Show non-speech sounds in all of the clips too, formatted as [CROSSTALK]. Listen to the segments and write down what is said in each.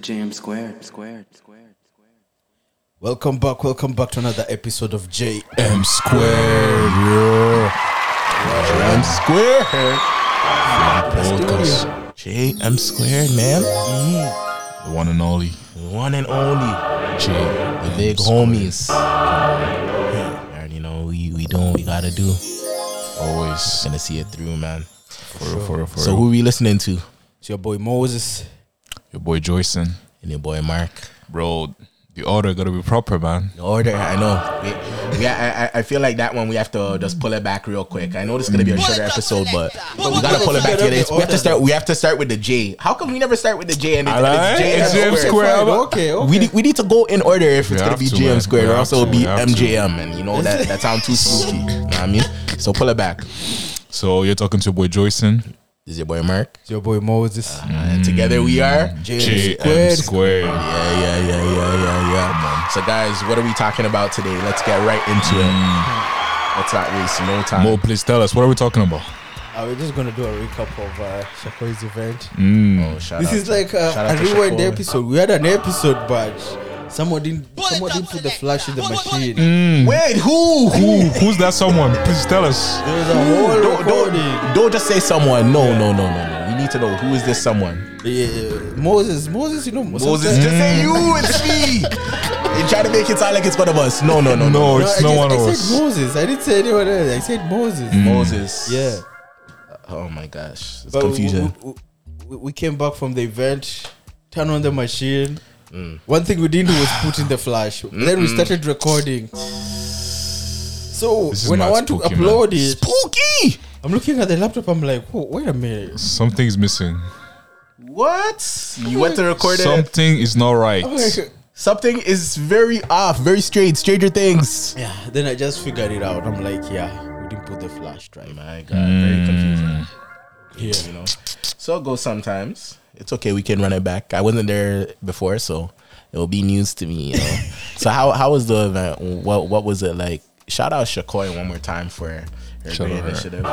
Jam Squared, Squared, Squared, Squared. Welcome back, welcome back to another episode of JM Squared. Yo. JM Squared. Podcast. JM squared, man. Mm. The one and only. The One and only. J. The big homies. Yeah, already know we we doing what we gotta do. Always. Gonna see it through, man. For real, for real, for So real. who we listening to? It's your boy Moses. Your boy Joyson. And your boy Mark. Bro, the order gotta be proper, man. The order, I know. We, we, I, I- I feel like that one we have to just pull it back real quick. I know this is gonna be a shorter episode, but, but we gotta pull it back together. It's- We have to start. We have to start with the J. How come we never start with the J and it's, and Alright, it's it's JM JM squared? squared. Okay, okay. We need, we need to go in order if We it's gonna have be to, GM man. squared, We or have else it'll to, be we have to. MJM, and you know that that sound too spooky. you know what I mean? So pull it back. So you're talking to your boy Joyson. This is your boy Mark, It's your boy Moses. and together we are. JM JM squared. Yeah, yeah, yeah, yeah, yeah, yeah. So guys, what are we talking about today? Let's get right into it. Let's not waste no time. Mo, please tell us, what are we talking about? Uh, we're just going to do a recap of uh, Shakoi's event. Oh, shout This out is to- like uh, shout out a to rewind Shakur. episode. We had an episode, but someone didn't, someone didn't put the flash in the machine. There Wait, who? Who? Oh. Who, who's that someone? Please tell us. was a whole Mm. Don't, recording. don't, don't just say someone. No, no, no, no, no. We need to know who is this someone. Yeah, Moses, Moses, you know, Moses, just say you. It's me. [LAUGHS] You Mm. try to make it sound like it's one of us. No, no, no, no. No, No, it's I no just- one I of said us. Moses. I didn't say anyone else. I said Moses. Moses. Yeah, Oh my gosh, it's but we- confusion. We, we- we came back from the event, turn on the machine. One thing we didn't do was put in the flash. Then we started recording. So This is when I mad want to spooky, upload man. it, Spooky. I'm looking at the laptop. I'm like, Whoa, wait a minute. Something's missing. What? You went to record it. Something is not right. I'm [LAUGHS] Oh, like- Something is very off, very strange. Stranger Things. yeah. Then I just figured it out. I'm like, yeah, we didn't put the flash drive. My God, very confusing. Yeah. You know, so it goes sometimes. It's okay. We can run it back. I wasn't there before, so it will be news to me. You [LAUGHS] know? so how how was the event? What what was it like? Shout out Shakoi one more time for her Shout great out her. initiative.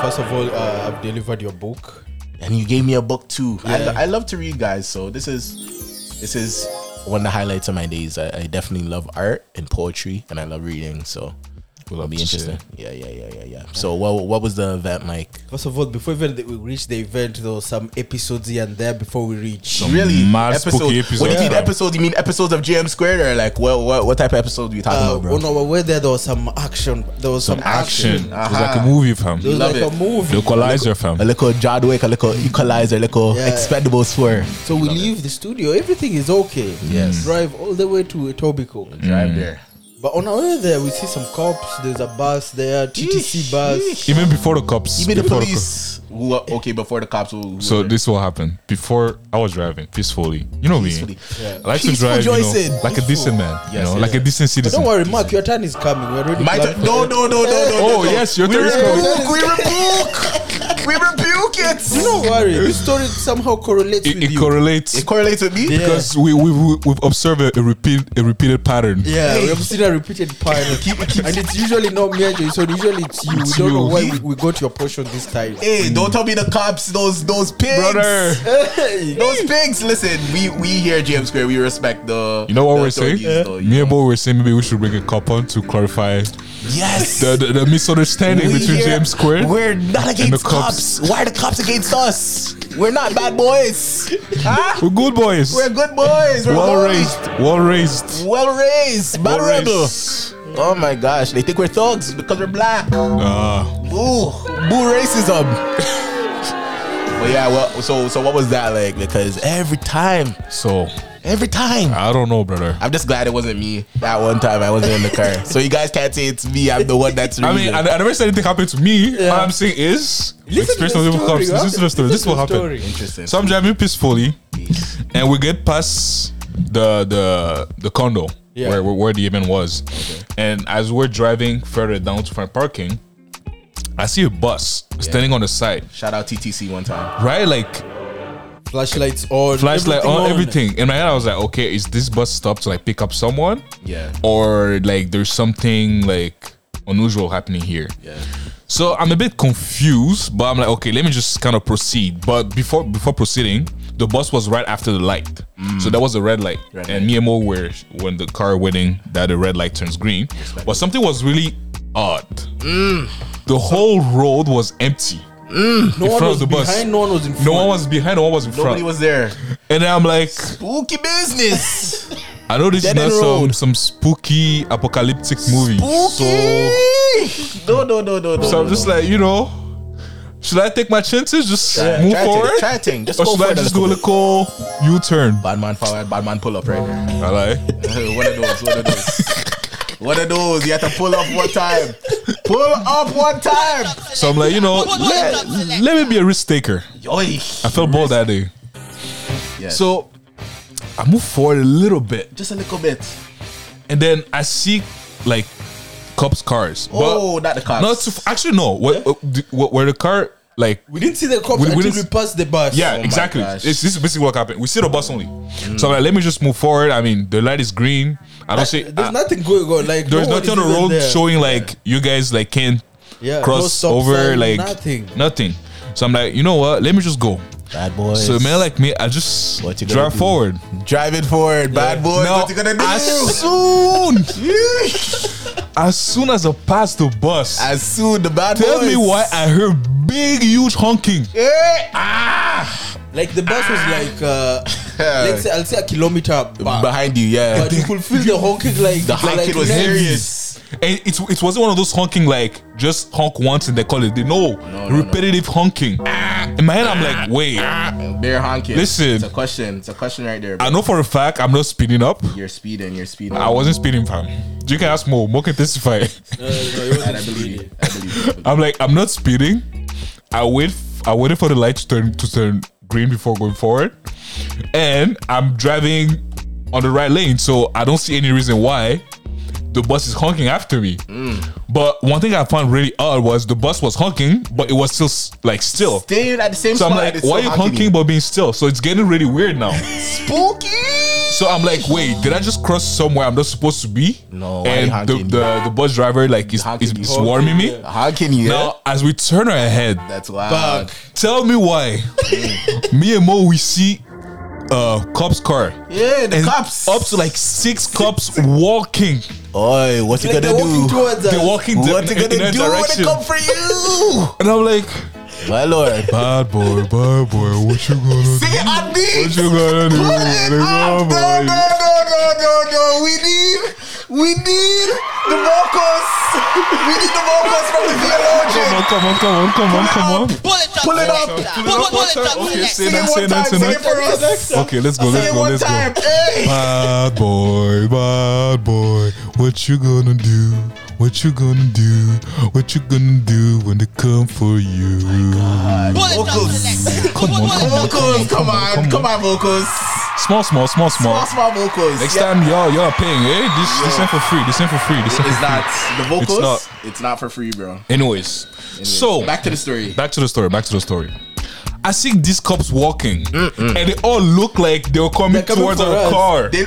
First of all, uh, I've delivered your book. and you gave me a book too. I, Yeah. I love to read, guys. So this is this is one of the highlights of my days. I, I definitely love art and poetry, and I love reading. So We'll it'll have be to see. interesting. Yeah, yeah, yeah, yeah, yeah. So what what was the event like? First of all, before even th- we reach the event, there were some episodes here and there before we reach. Really, mad spooky When you episodes, mean man. episodes, you mean episodes of GM Squared, or like what what what type of episode are you talking Uh, about, bro? on our way there, there was some action. There was some, action. Action. It's like a movie, fam. There was Love like it. a movie. The equalizer, fam. A little Jadwick, a little Equalizer, a little Mm. Yeah. Expendables Four. so we leave the studio. Everything is okay. Yes. Mm. Drive all the way to Etobicoke. Mm. Drive there. But on our way there, we see some cops. There's a bus there, TTC Yeesh, bus. yeesh. Even before the cops. Even the before co- police. Who, okay, before the cops. Who, who So were there? this will happen. Before I was driving peacefully, you know Peacefully. me. Yeah. I like Peaceful to drive, you know, Joyson. like a decent man, you Yes, know, yes, like a yes. decent But citizen. don't worry, Mark, your turn is coming. We're already. My glad turn. for No, it. no, no, no, no, no. Oh no. yes, your we turn is coming. rebuke, we rebuke, we rebuke it. Don't worry. This story somehow correlates It, with it you. correlates It correlates with me. Yeah. because we we we- we've observed a, a repeat a repeated pattern. Yeah, we have seen a repeated [LAUGHS] pattern, and it's usually not me and Jason. Usually it's you. we don't know you. why we, we got your portion this time. [LAUGHS] Hey, don't tell me the cops, those those pigs, Brother, Hey, Those pigs. Listen, we we here at GM Square, we respect the. you know what the we're saying? authorities, though, you Me and know. Bo were saying maybe we should bring a cop on to clarify Yes. the the, the misunderstanding We between here- James Square. We're not against the cops. cops. Why are the cops against us? We're not bad [LAUGHS] boys. huh? We're good boys. We're good boys. We're well holy. raised. Well raised. Well raised. Well Honorable. raised. Oh my gosh, they think we're thugs because we're black. Ah, Boo, boo racism. [LAUGHS] but yeah, well, so so what was that like? Because every time, so every time, I don't know, brother. I'm just glad it wasn't me that one time. I wasn't in the car, so you guys can't say it's me. I'm the one that's. [LAUGHS] I mean, I, I never said anything happened to me. All I'm saying is, listen experience to the of story, cops. Listen to the story. This listen will to the happen. story. interesting. So I'm driving peacefully, and we get past the the the condo Yeah. where, where where the event was, and as we're driving further down to find parking, I see a bus standing on the side, Shout out TTC one time. right? Like Flashlights on. flashlight on, everything. In my head, I was like, okay, is this bus stop to like pick up someone, Yeah, or like there's something like unusual happening here? yeah. So I'm a bit confused, but I'm like, okay, let me just kind of proceed. But before before proceeding, the bus was right after the light, so that was the red light. Mm. Red and me and Mo were when the car waiting that the red light turns green, but something was really odd. Mm. The whole road was empty. No one front of was the bus. behind. No one was in front. No one was behind. No one was in Nobody front. was there. and then I'm like, Spooky [LAUGHS] business. I know this is Dead not end some road. some spooky apocalyptic movie. So Spooky. No, no, no, no, no. So I'm no, just no. like, you know, should I take my chances? Just Try- move try to- forward? try to- just or go should I forward a just do little a little U turn? Bad man forward, bad man pull up right [LAUGHS] there. I like. one of those, one of those. One of those. You have to pull up one time. Pull up one time. So I'm like, you know, What- what- let, what's up, let me be a risk taker. Oi. I felt bold that day. Yes. So I move forward a little bit. Just a little bit. And then I see like cops' cars. Oh, not the cops. not too, actually, no. Where, where- where the car, like, We didn't see the cops We- we until didn't we s- passed the bus. Oh Yeah, Oh my exactly. gosh. Mm. It's, this is basically what happened. We see the bus only. So I'm like, let me just move forward. I mean, the light is green. I don't see. There's I- nothing going on. Like ah. there's no one nothing is on the even road there. showing like you guys like can't Yeah, no cross stop over sign, like nothing. nothing. So I'm like, you know what? Let me just go. Bad boys. So a man like me, I just What you gonna drive do? forward. Drive it forward, bad boy. Now, what you gonna do? as soon, as soon as I pass the bus, As soon the bad tell boys. me why I heard big, huge honking. Eh, ah, Like the bus was [LAUGHS] like uh, let's say I'll say a kilometer back. behind you, yeah. but you could feel the honking like the high like kid was next- serious. And it, it wasn't one of those honking like just honk once and they call it. They know no, no. repetitive honking. In my head, I'm like, wait, I Bear honking. Listen. it's a question. It's a question right there. bro. know for a fact I'm not speeding up. You're speeding. You're speeding. I wasn't speeding, fam. You can ask Mo. Mo can testify. No, no, no, it And wasn't I believe you. speeding. I believe you. I believe you. [LAUGHS] I'm like, I'm not speeding. I wait. f- I waited for the light to turn to turn green before going forward, and I'm driving on the right lane, so I don't see any reason why the bus is honking after me. But one thing I found really odd was the bus was honking, but it was still s- like still. Staying at the same Oh. So spot. I'm like, it's why are you still honking you. but being still? So it's getting really weird now. Spooky. So I'm like, wait, did I just cross somewhere I'm not supposed to be? No, why you And the, honking? the, the bus driver like is, honking is, you. is warming me. Honking, Honking you. yeah? Now as we turn our head, That's wild. Back. tell me [LAUGHS] why. me and Mo we see uh cops car. Yeah, the And cops. Up to like six cops walking. Oi, what you Like they're gonna walking do? towards us. They're walking What the, you in gonna that do when direction. it come for [LAUGHS] you? and I'm like, My lord. bad boy, bad boy, what you [LAUGHS] gonna Sing do? it at me. What you gonna do? Pull it up. No, no, Like, oh, boy. no, no, no, no. We need, we need the vocals. We need the vocals from the theologian. Come on, come on, come on, come on, come on. Pull it up. Pull it up. select. Pull it Sing it one time. up, pull it up. Okay, say Say that, Pull it up. select. say Sing it that. for us. Okay, let's go, Sing let's it go, one let's time. go. Hey. Bad boy, bad boy, what you gonna do? What you gonna do? What you gonna do when they come for you? Pull it up. select. Come on, come on. Pull it up. Vocals, come on, come on, vocals. Small, small, small, small. Pass my vocals. Next Yeah. time, y'all, y'all are paying. Eh? This, this ain't for free. This ain't for free. This ain't for It's free. not the vocals. It's not. not, for free, bro. Anyways, so back to the story. back to the story. Back to the story. I see these cops walking, and they all look like they were coming They're coming towards for our us. car. They,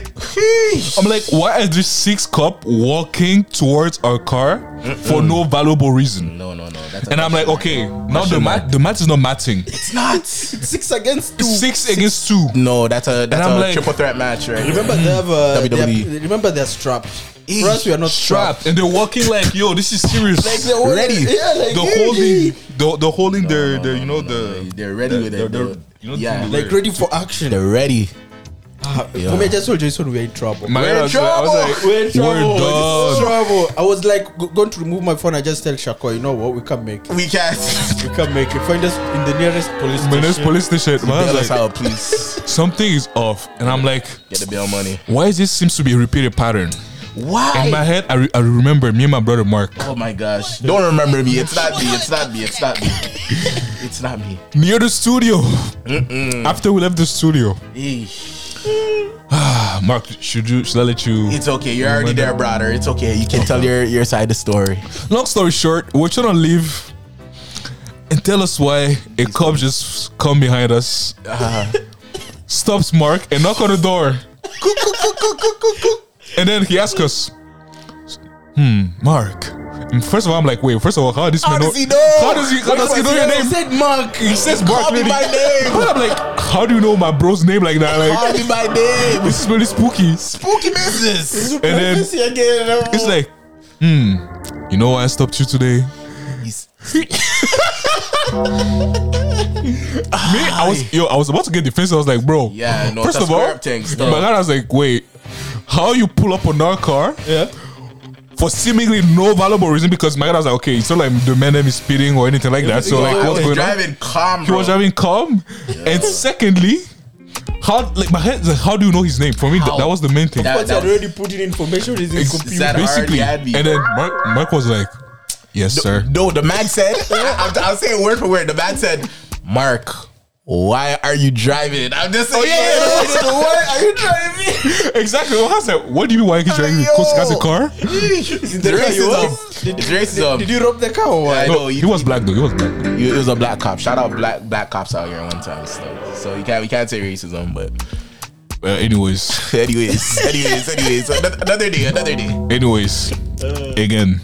I'm like, why is this six cop walking towards our car for no valuable reason? no, no, no. That's And I'm like, okay, now the Question math the math is not matching. it's not. Six against two. Six against two. No, that's a that's I'm a like- triple threat match, right? Remember they have uh, they WWE. E. are, remember they're strapped. Eh, For us we are not strapped. Trapped. And they're walking like, yo, this is serious. Like they're all- Ready. Yeah, like the eh, holding eh. the the holding their their you know They- the They're ready with They're- it. they're- though. you know, yeah, the- Like ready for action. they're ready. For me, I just told Jason we are in trouble. my We're in I was like- I was trouble. like, We're in trouble. We're This is done. trouble. I was like g- going to remove my phone. I just tell Shako, you know what? We can't make it. We can't. [LAUGHS] We can't make it. Find us in the nearest police My station. next police station. man, I Bail was us like, out, please. something is off, and I'm like, Get the bail money. why is this seems to be a repeated pattern? Why? In my head, I, re- I remember me and my brother Mark. oh my gosh! Don't remember me. It's not me. It's not me. It's not me. It's not me. near the studio. After we left the studio, Eesh. Mark, should you should I let you? It's okay. You're already there, brother. It's okay. You can tell your your side of the story. Long story short, we're trying to leave and tell us why a cop just come behind [LAUGHS] us, stops Mark and knock on the door, and then he asks us, "Hmm, Mark, First of all, I'm like, wait. First of all, how does How man does he know? How does he? How does he know your name? said Mark. He says Mark Call me Lady. by name. But I'm like, how do you know my bro's name like that? Call Like, me by name. this is really spooky. Spooky business. And then again. it's like, hmm, you know why I stopped you today? Me, I was yo, I was about to get defensive. I was like, bro, Yeah, no, First that's of all, where things go. but then I was like, wait, how you pull up on our car? Yeah. For seemingly no valuable reason, because my dad was like, okay, it's not like the man name is speeding or anything like that. So Yo, like, I what's was going on? driving calm. He was bro. driving calm, and secondly, how like my head, like, how do you know his name? For me, th- How? that was the main thing. That- But I already put in information is in Ex- computer. [LAUGHS] that basically, already had me. and then Mark, Mark was like, yes, sir. [LAUGHS] No, the man [LAUGHS] said, I'm, I'm saying word for word. The man said, Mark, why are you driving? I'm just saying, Oh, yeah, yeah, word for word, are you driving? Exactly. I was like, what do you mean? Why you driving? Yo. Because he has a car. Is that how you was? Racism. It's Racism. Did you rob the car or I what? know, No, he was black though. He was black. It was a black cop. Shout out black black cops out here one time. So, so you can't we can't say racism, but Uh, anyways, anyways, [LAUGHS] anyways, anyways. Another, another day, another day. anyways, again.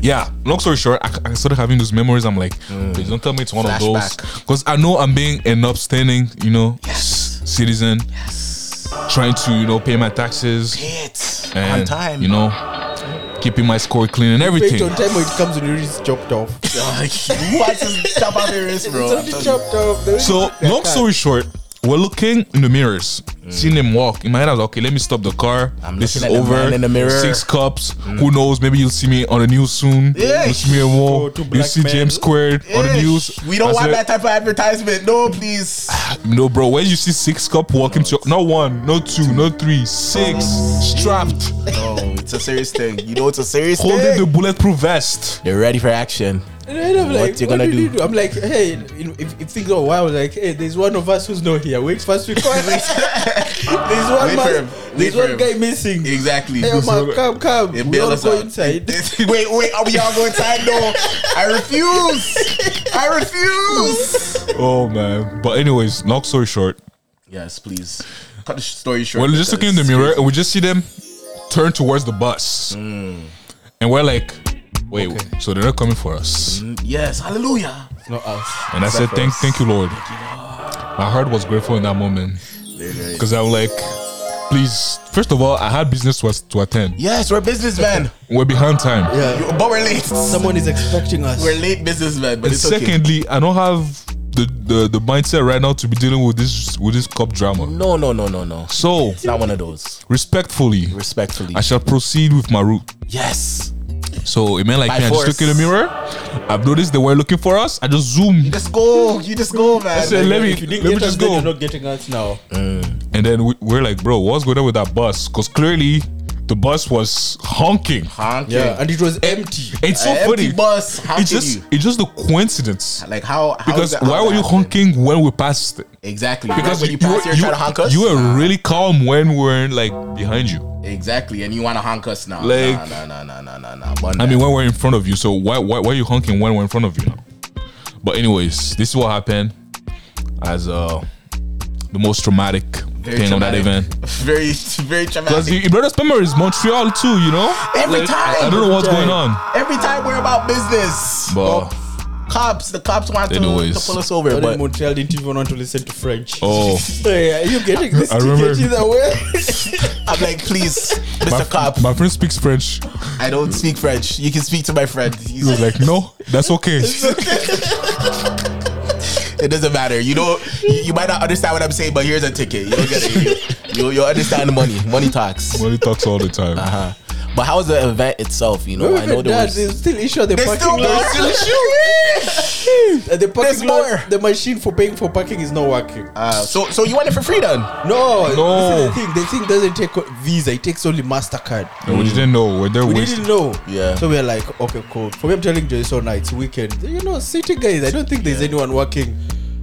Yeah, long story short, I, I started having those memories. I'm like, please don't tell me it's one of those. Flashback. Because I know I'm being an upstanding, you know, yes. citizen. Yes. Trying to, you know, pay my taxes. It and on time. [LAUGHS] you know, keeping my score clean and Wait everything. on time or it comes when your wrist chopped [LAUGHS] off. who wants to chop out their wrist, bro? I'm Somebody telling you. chopped off. They So already- long story short, we're looking in the mirrors, seeing him walk. In my head, I was like, okay, let me stop the car. Mm. I'm this is looking at the over. man in the mirror. Mm. Six cups. Who knows? Maybe you'll see me on the news soon. Yeah. You'll see me in war. Oh, two You'll black see men. James Squared on the Eh, news. We don't I want said, that type of advertisement. No, please. No, bro. When you see six cup walking to not one, not two, not three, six Oh, strapped, [SIGHS] No, it's a serious thing. You know, it's a serious holding thing. the bulletproof [LAUGHS] vest. They're ready for [LAUGHS] action. And I'm What like, you what gonna did you do? do? I'm like, hey, you know, if, if things go wild, like, hey, there's one of us who's not here. Wait first because [LAUGHS] there's one Wait for him. man, Wait there's for one him. guy missing. Exactly. Hey, [LAUGHS] man, come, come. It we bailed all us go out. inside. wait, wait, are we all going inside? No, I refuse. I refuse. Oh man. But anyways, long story short, Yes, please. Cut the story short. We're just looking in the mirror and we just see them turn towards the bus. Mm. And we're like, wait, so they're not coming for us. Yes, hallelujah. Not us. And I said, for thank, thank you, Lord. My heart was grateful in that moment. Because I'm like, please, first of all, I had business to, to attend. Yes, we're businessmen. We're behind time. Yeah. You- But we're late. Someone is expecting us. We're late businessmen, but And it's okay. secondly, I don't have the, the, the mindset right now to be dealing with this with this cop drama. No, no, no, no, no. So It's not one of those. respectfully, Respectfully. I shall proceed with my route. yes. So it meant like By me, I just force. look in the mirror. I've noticed they were looking for us. I just zoom. Just go. You just go, man. said, let me if you let didn't me get us, just then go. you're not getting us now. And then we, we're like, bro, what's going on with that bus? Because clearly the bus was honking. Honking. Yeah, and it was empty. It's so An empty funny. bus. How It's can just you? it's just a coincidence. Like how? how is Because that- how why that were you happened? honking when we passed it? Exactly. Because Because when you, pass here, you, try to honk us. you were really calm when we we're like behind you. exactly, and you want to honk us now. Like- nah, nah, nah, nah, nah, nah, nah. I mean, when we're in front of you, so why, why why are you honking when we're in front of you now? But anyways, this is what happened as uh the most traumatic thing of that event. [LAUGHS] Very, very traumatic. Because the Ibrahim Spemmer is Montreal too, you know. Every Like, time. I, I don't know what's Every going time. on, Every time we're about business. but. Cops, the cops want to, to Anyways. pull us over, But in but Montreal didn't even want to listen to French. Oh, So yeah, you're getting this I ticket remember- either way. I'm like, please, [LAUGHS] my, Mr. Cop, my friend speaks French. I don't speak French. You can speak to my friend. He's He was like, no, [LAUGHS] that's okay. it doesn't matter. You know, you, you might not understand what I'm saying, but here's a ticket. You'll get it. You, will you'll understand the money. Money talks. Money talks all the time. Uh-huh. But how was the event itself? You know, I [LAUGHS] know there that, was. they still issue the They still parking lot. still issue. Uh, [LAUGHS] the There's parking more. lot, the machine for paying for parking is not working. Uh, so, so you want it for free then? No, No. This is the thing. The thing doesn't take o- Visa. It takes only Mastercard. And we didn't know whether We we didn't know. Yeah. So we are like, okay, cool. For me, I'm telling Jason, now it's weekend. You know, city guys. I don't think there's anyone working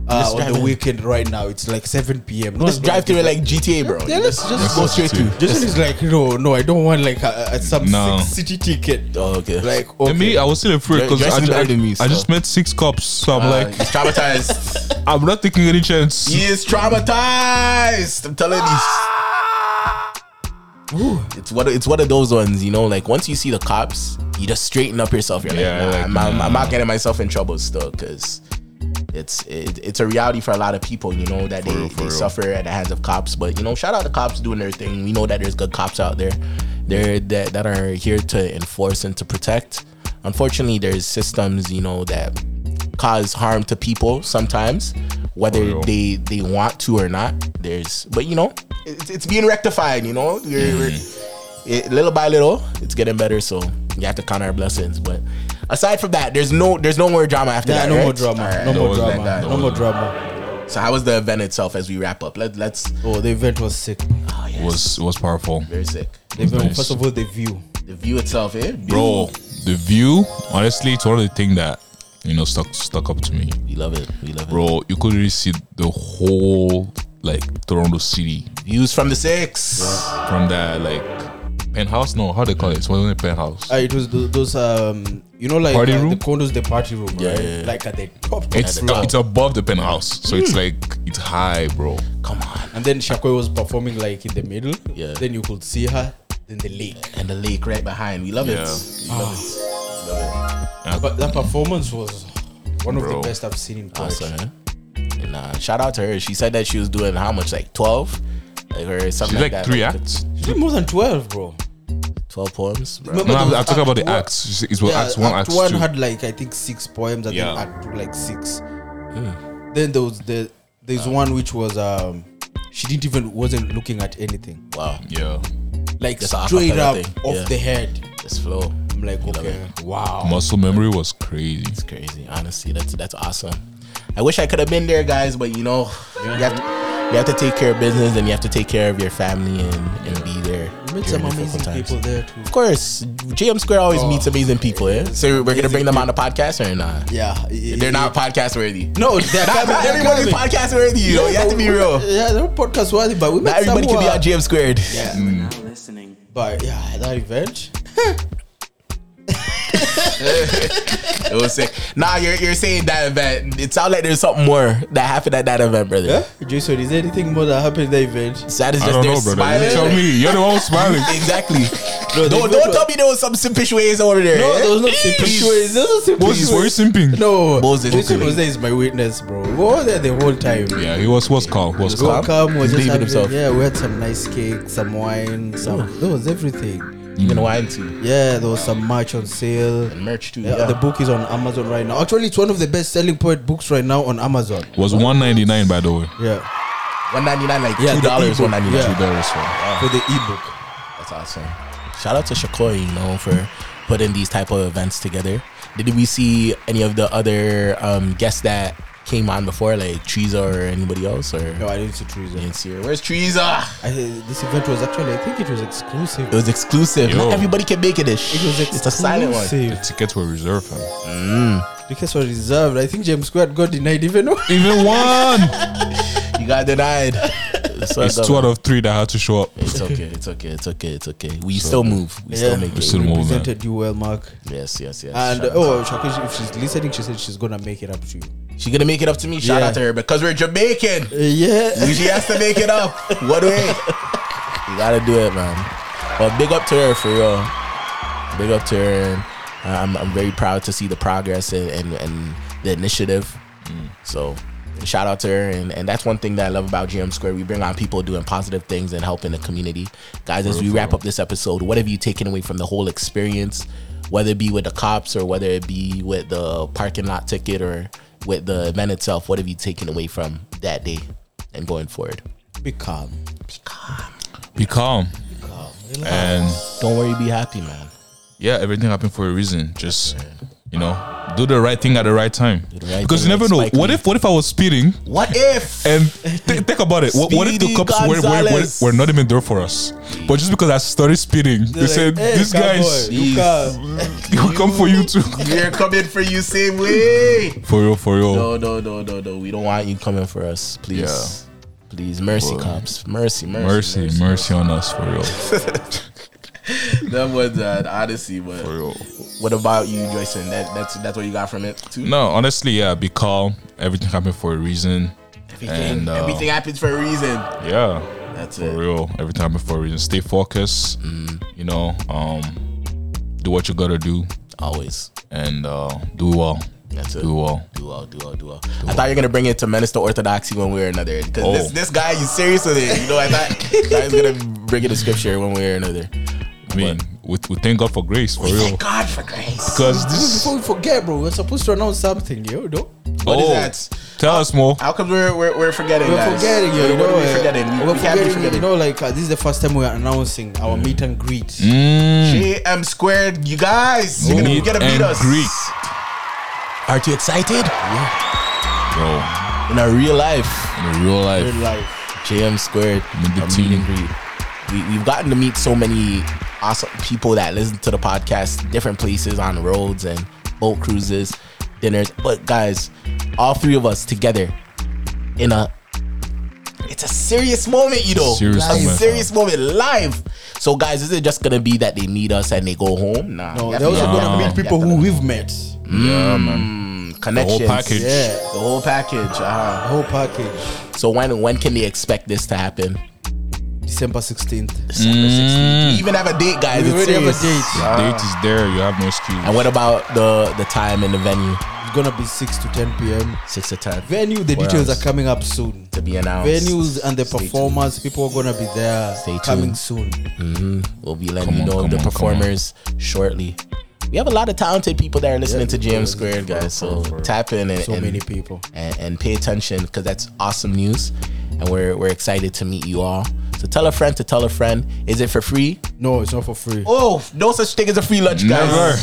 uh, Let's on drive the in. weekend right now. It's like 7 p.m. No, Just no, drive through like GTA, bro. Yeah, let's just go go. straight City. through. Jason is like, no, no, I don't want like a, a, some No. six city ticket. Oh, okay. Like, okay. And me, I was still afraid You're- because you're I, still ju- I, better than me, I so. just met six cops, so I'm Uh, like, he's traumatized. I'm not taking any chance. Ah. He is traumatized. I'm telling you. It's what it's one of those ones, you know. Like once you see the cops, you just straighten up yourself. You're Yeah, like, nah, like, I'm, I'm- I'm not getting myself in trouble still, because it's it, it's a reality for a lot of people, you know, that they, real, for they real. suffer at the hands of cops. But you know, shout out to cops doing their thing. We know that there's good cops out there, there that that are here to enforce and to protect. Unfortunately, there's systems, you know, that cause harm to people sometimes, For whether real. they they want to or not. There's, but you know, it's, it's being rectified. You know, We're- we're- it, little by little, it's getting better. So you have to count our blessings. But aside from that, there's no there's no more drama after Nah, that. no more right? drama. Alright. No that more was like drama. that. No That more was- drama. So how was the event itself as we wrap up? Let let's Oh, the event was sick. oh, yes. was was powerful, very sick. The event, Nice. First of all, the view. The view itself, eh? bro. The view, honestly, it's one of the things that you know stuck stuck up to me, We love it. We love bro. You could really see the whole like Toronto city it. Views from the six. from that like penthouse. No, how they call it? It wasn't a penthouse. Uh, it was tho- those um, you know, like Party uh, the room? condos, the party room, Yeah, right? yeah, yeah. Like at the top, top It's floor. it's above the penthouse, so it's like it's high, bro. Come on. and then Shakwe was performing like in the middle. Yeah. Then you could see her. Then the lake. And the lake right behind. We love Yeah. it. We love it. We love it. But that performance was one Bro. of the best I've seen in Paris. Awesome. eh? And uh, shout out to her. She said that she was doing how much? Like twelve? Like or something like, She's like that. three acts. She did more than twelve, bro. Twelve poems. bro. Remember No, I'm, those I'm talking about the Act One- acts. It was Yeah, act one, act, one two. had like I think six poems, and Yeah. then act two like six. Then there was the there's one which was um she didn't even wasn't looking at anything, Wow. yeah, like Just a acapella straight up thing, off yeah. the head. This flow. I'm like, love okay, wow. muscle memory was crazy. It's crazy. Honestly, that's that's awesome. I wish I could have been there, guys, but you know, you, have to, you have to take care of business and you have to take care of your family and, and be there. We during met some difficult amazing times. people there too. Of course, JM Square always meets amazing people. eh? Yeah, Oh. so we're gonna amazing bring them on the podcast or not? Yeah, yeah, They're not yeah. podcast worthy. [LAUGHS] No, they're Not, coming. not [LAUGHS] They're everybody's coming. podcast worthy. You know, you have to be but we- real. Yeah, they're podcast worthy, but we Not met everybody can be Mm. on someone- JM Squared. Yeah, We're not listening. but yeah, that event. It was sick. Nah, you're you're saying that event. It sounds like there's something more that happened at that event, brother. Yeah, Jason, is there anything more that happened in that event? So that is I just don't their know, brother. You smiling. tell me. You're the one who's smiling. [LAUGHS] Exactly. [LAUGHS] No, don't they- don't tell me there was some simpish ways over there. No, eh? there was no simple choice. There was no simple Moses, were you choice. simping? No, Moses Moses was was there is my witness, bro. We were there the whole time. Yeah, he was was calm. Was We were calm. calm. We were He's just believing having, himself. Yeah, we had some nice cake, some wine, some. There was everything. Even wine too. Yeah, there was some merch on sale. And merch too. Yeah, yeah. The book is on Amazon right now. Actually, it's one of the best selling poet books right now on Amazon. Was 199 by the way. Yeah, 199 like two Yeah, the dollars. ebook, 199. yeah. Two dollars for. for the ebook. That's awesome. Shout out to Shakoy, you know, for putting these type of events together. Did we see any of the other um, guests that came on before, like Triza or anybody else, or No, I didn't see Teresa. didn't see her? Where's Triza? I, this event was actually, I think it was exclusive. It was exclusive. Yo. Not everybody can make it. Ish. It was exclusive. It's a silent one. The tickets were reserved. Fam. The case was reserved. I think James Squad got denied [LAUGHS] even though. Even one. You got denied. So I it's got two it. out of three that had to show up. It's okay. It's okay. It's okay. It's okay. We still move. We still make We it. still move, man. represented you well, Mark. Yes, yes, yes. And Shout out. oh, Shakish, if she's listening, she said she's gonna make it up to you. she gonna make it up to me. Shout Yeah. out to her because we're Jamaican. yeah. she has to make it up. What [LAUGHS] way? You gotta do it, man. But big up to her for real. Big up to her. And I'm, I'm very proud to see the progress and, and, and the initiative. So shout out to her. And, and that's one thing that I love about GM Square. We bring on people doing positive things and helping the community. Guys, as we wrap up this episode, what have you taken away from the whole experience? Whether it be with the cops or whether it be with the parking lot ticket or with the event itself, what have you taken away from that day and going forward? Be calm. Be calm. And Don't worry, be happy, man. yeah, everything happened for a reason. Just you know, do the right thing at the right time. the right because you thing, never like know. Spike What Lee. if what if I was speeding What if? [LAUGHS] and th- think about it? What, what if the Speedy cops were, were, were, Gonzales. were not even there for us? But just because I started speeding, they They're said like, "Hey, this cowboy, guy's you Jeez. calm." will come for [LAUGHS] you too. We're coming for you same way. For real, for real. No, no, no, no, no. We don't want you coming for us, please. Please, mercy, cops. Mercy, mercy, Mercy, mercy, on us for real. That was an odyssey, but what about you, Joyson? That, that's that's what you got from it too. No, honestly, yeah, be calm. Everything happened for a reason. everything, and, uh, everything happens for a reason. Yeah. That's for it. real. Every time for a reason. Stay focused. You know, um, do what you gotta do Always. and uh, do well. That's it. Do well. Do well, do well, do well. I thought you were gonna bring it to menace to orthodoxy one way or another. Because Oh. this, this guy, you serious with it? You know, I thought I was gonna bring it to scripture one way or another. I mean, we, we thank God for grace [LAUGHS] for real. God for grace. Because this. Before we forget, bro, we're supposed to announce something, yo, no? What is oh, that? Tell us more. How come we're we're, we're forgetting? We're guys? forgetting, yo, What- you what know. are we uh, forgetting? We're we can't be forgetting, you forgetting. Mm. know, like, uh, this is the first time we're announcing our meet and greet. Mm. JM squared, you guys, you're gonna, you're Hmm. Meet gonna beat and us. greet. Aren't you excited? Yo, In our real life, in real life. Good life. JM squared, Meet the our team. and greet. We, we've gotten to meet so many awesome people that listen to the podcast, different places on the roads and boat cruises, dinners. But guys, all three of us together in a it's a serious moment, you know. Serious It's a moment. serious moment live. So guys, is it just gonna be that they meet us and they go home? Nah. No, you have they're to- also you have gonna to- meet people you have who we've met. to- connections. package. Yeah, The whole package. the Uh, whole package. so when when can they expect this to happen? December 16th. December 16th. We even have a date, guys. We It's already have a serious. date. Date is there. You have no excuse. And what about the the time and the venue? It's gonna be 6 to 10 p.m. Six to ten Venue, the Where details else? are coming up soon. to be announced. Venues and the Stay tuned. performers, people are gonna be there Stay coming tuned. soon. We'll be letting Come you on, know come the on, come performers shortly. We have a lot of talented people that are listening to JM Squared, guys. So tap in and, So and- many people. and, and pay attention because that's awesome news. And we're, we're excited to meet you all. So tell a friend to tell a friend. Is it for free? No, it's not for free. Oh, no such thing as a free lunch, guys. Never.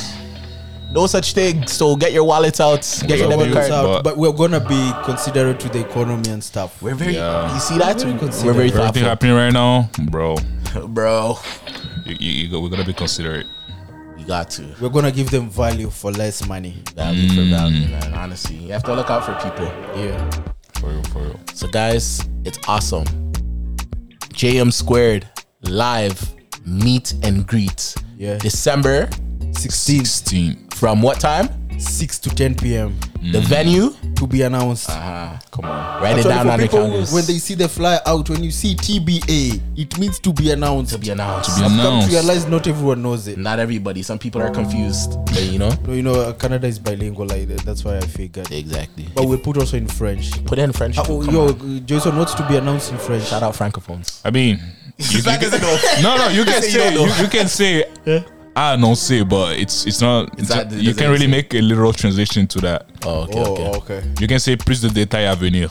No such thing. So get your wallets out. Get your Yeah, debit we- card. So, but- but we're gonna be considerate to the economy and stuff. We're very. Yeah. You see that? Very considerate. We're very Everything thoughtful, happening right now, bro. bro. You, you, you, go- we gotta be considerate. We got to. We're gonna give them value for less money. Value Mm. for value, man. Honestly, you have to look out for people. Yeah. For real, for real. So, guys, it's awesome. JM Squared live meet and greet. Yeah. December 16, 16. from what time? 6 to 10 p.m. The Mm. venue. to be announced. Ah. Uh-huh. Come on. Write it Actually, down for on the people who- calendars. when they see the flyer out, when you see TBA, it means to be announced. to be announced. To be I've come to announced. realize not everyone knows it. Not everybody. Some people are confused. But you know. No, you know, uh, Canada is bilingual, like that- that's why I figured. Exactly. But we put also in French. Put in French. Ah, too, oh, come yo, on. uh, Jason, what's to be announced in French? Shout out francophones. I mean, you, you like can- [LAUGHS] it's a no, no, you can You don't say, know. you, you can say, I don't say, but it's it's not, it's that- you does it can really say- make a literal translation to that. [LAUGHS] Oh, okay, oh, okay. okay. You can say, plus de détails à venir.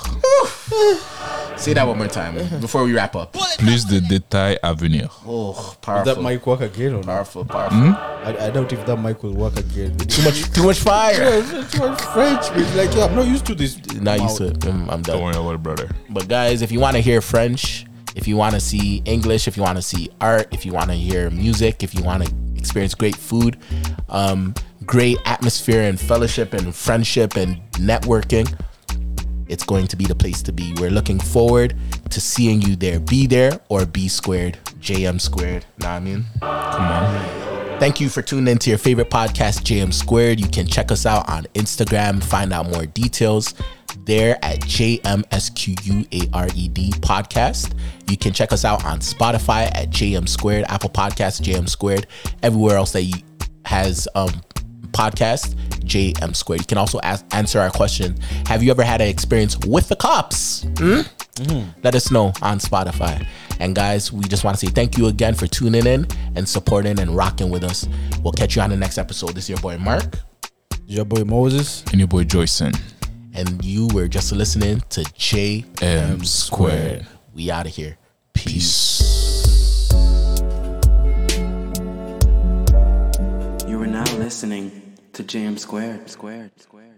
Say that one more time before we wrap up. Plus de détails à venir. Oh, Does powerful. that mic work again or not? powerful, powerful. I, I doubt if that mic will work [LAUGHS] again. Hmm? Too much, too much fire. French, man. Like, yo, I'm not used to this. Not used to it. Mm, I'm done. Don't worry about it, brother. But guys, if you want to hear French, if you want to see English, if you want to see art, if you want to hear music, if you want to experience great food, um, great atmosphere and fellowship and friendship and networking, it's going to be the place to be. We're looking forward to seeing you there. Be there or be squared, JM squared. Know what I mean? Come on. Thank you for tuning in to your favorite podcast, JM Squared. You can check us out on Instagram, find out more details there at JMSQUARED E podcast. You can check us out on Spotify at JM Squared, Apple Podcasts, JM Squared, everywhere else that you, has um, podcast, JM Squared. You can also ask, answer our question Have you ever had an experience with the cops? let us know on Spotify. And guys, we just want to say thank you again for tuning in and supporting and rocking with us. We'll catch you on the next episode. This is your boy Mark, Your boy Moses. And your boy Joyson. and you were just listening to JM M squared. We out of here. Peace. Peace. You are now listening to JM Squared. Squared. Squared.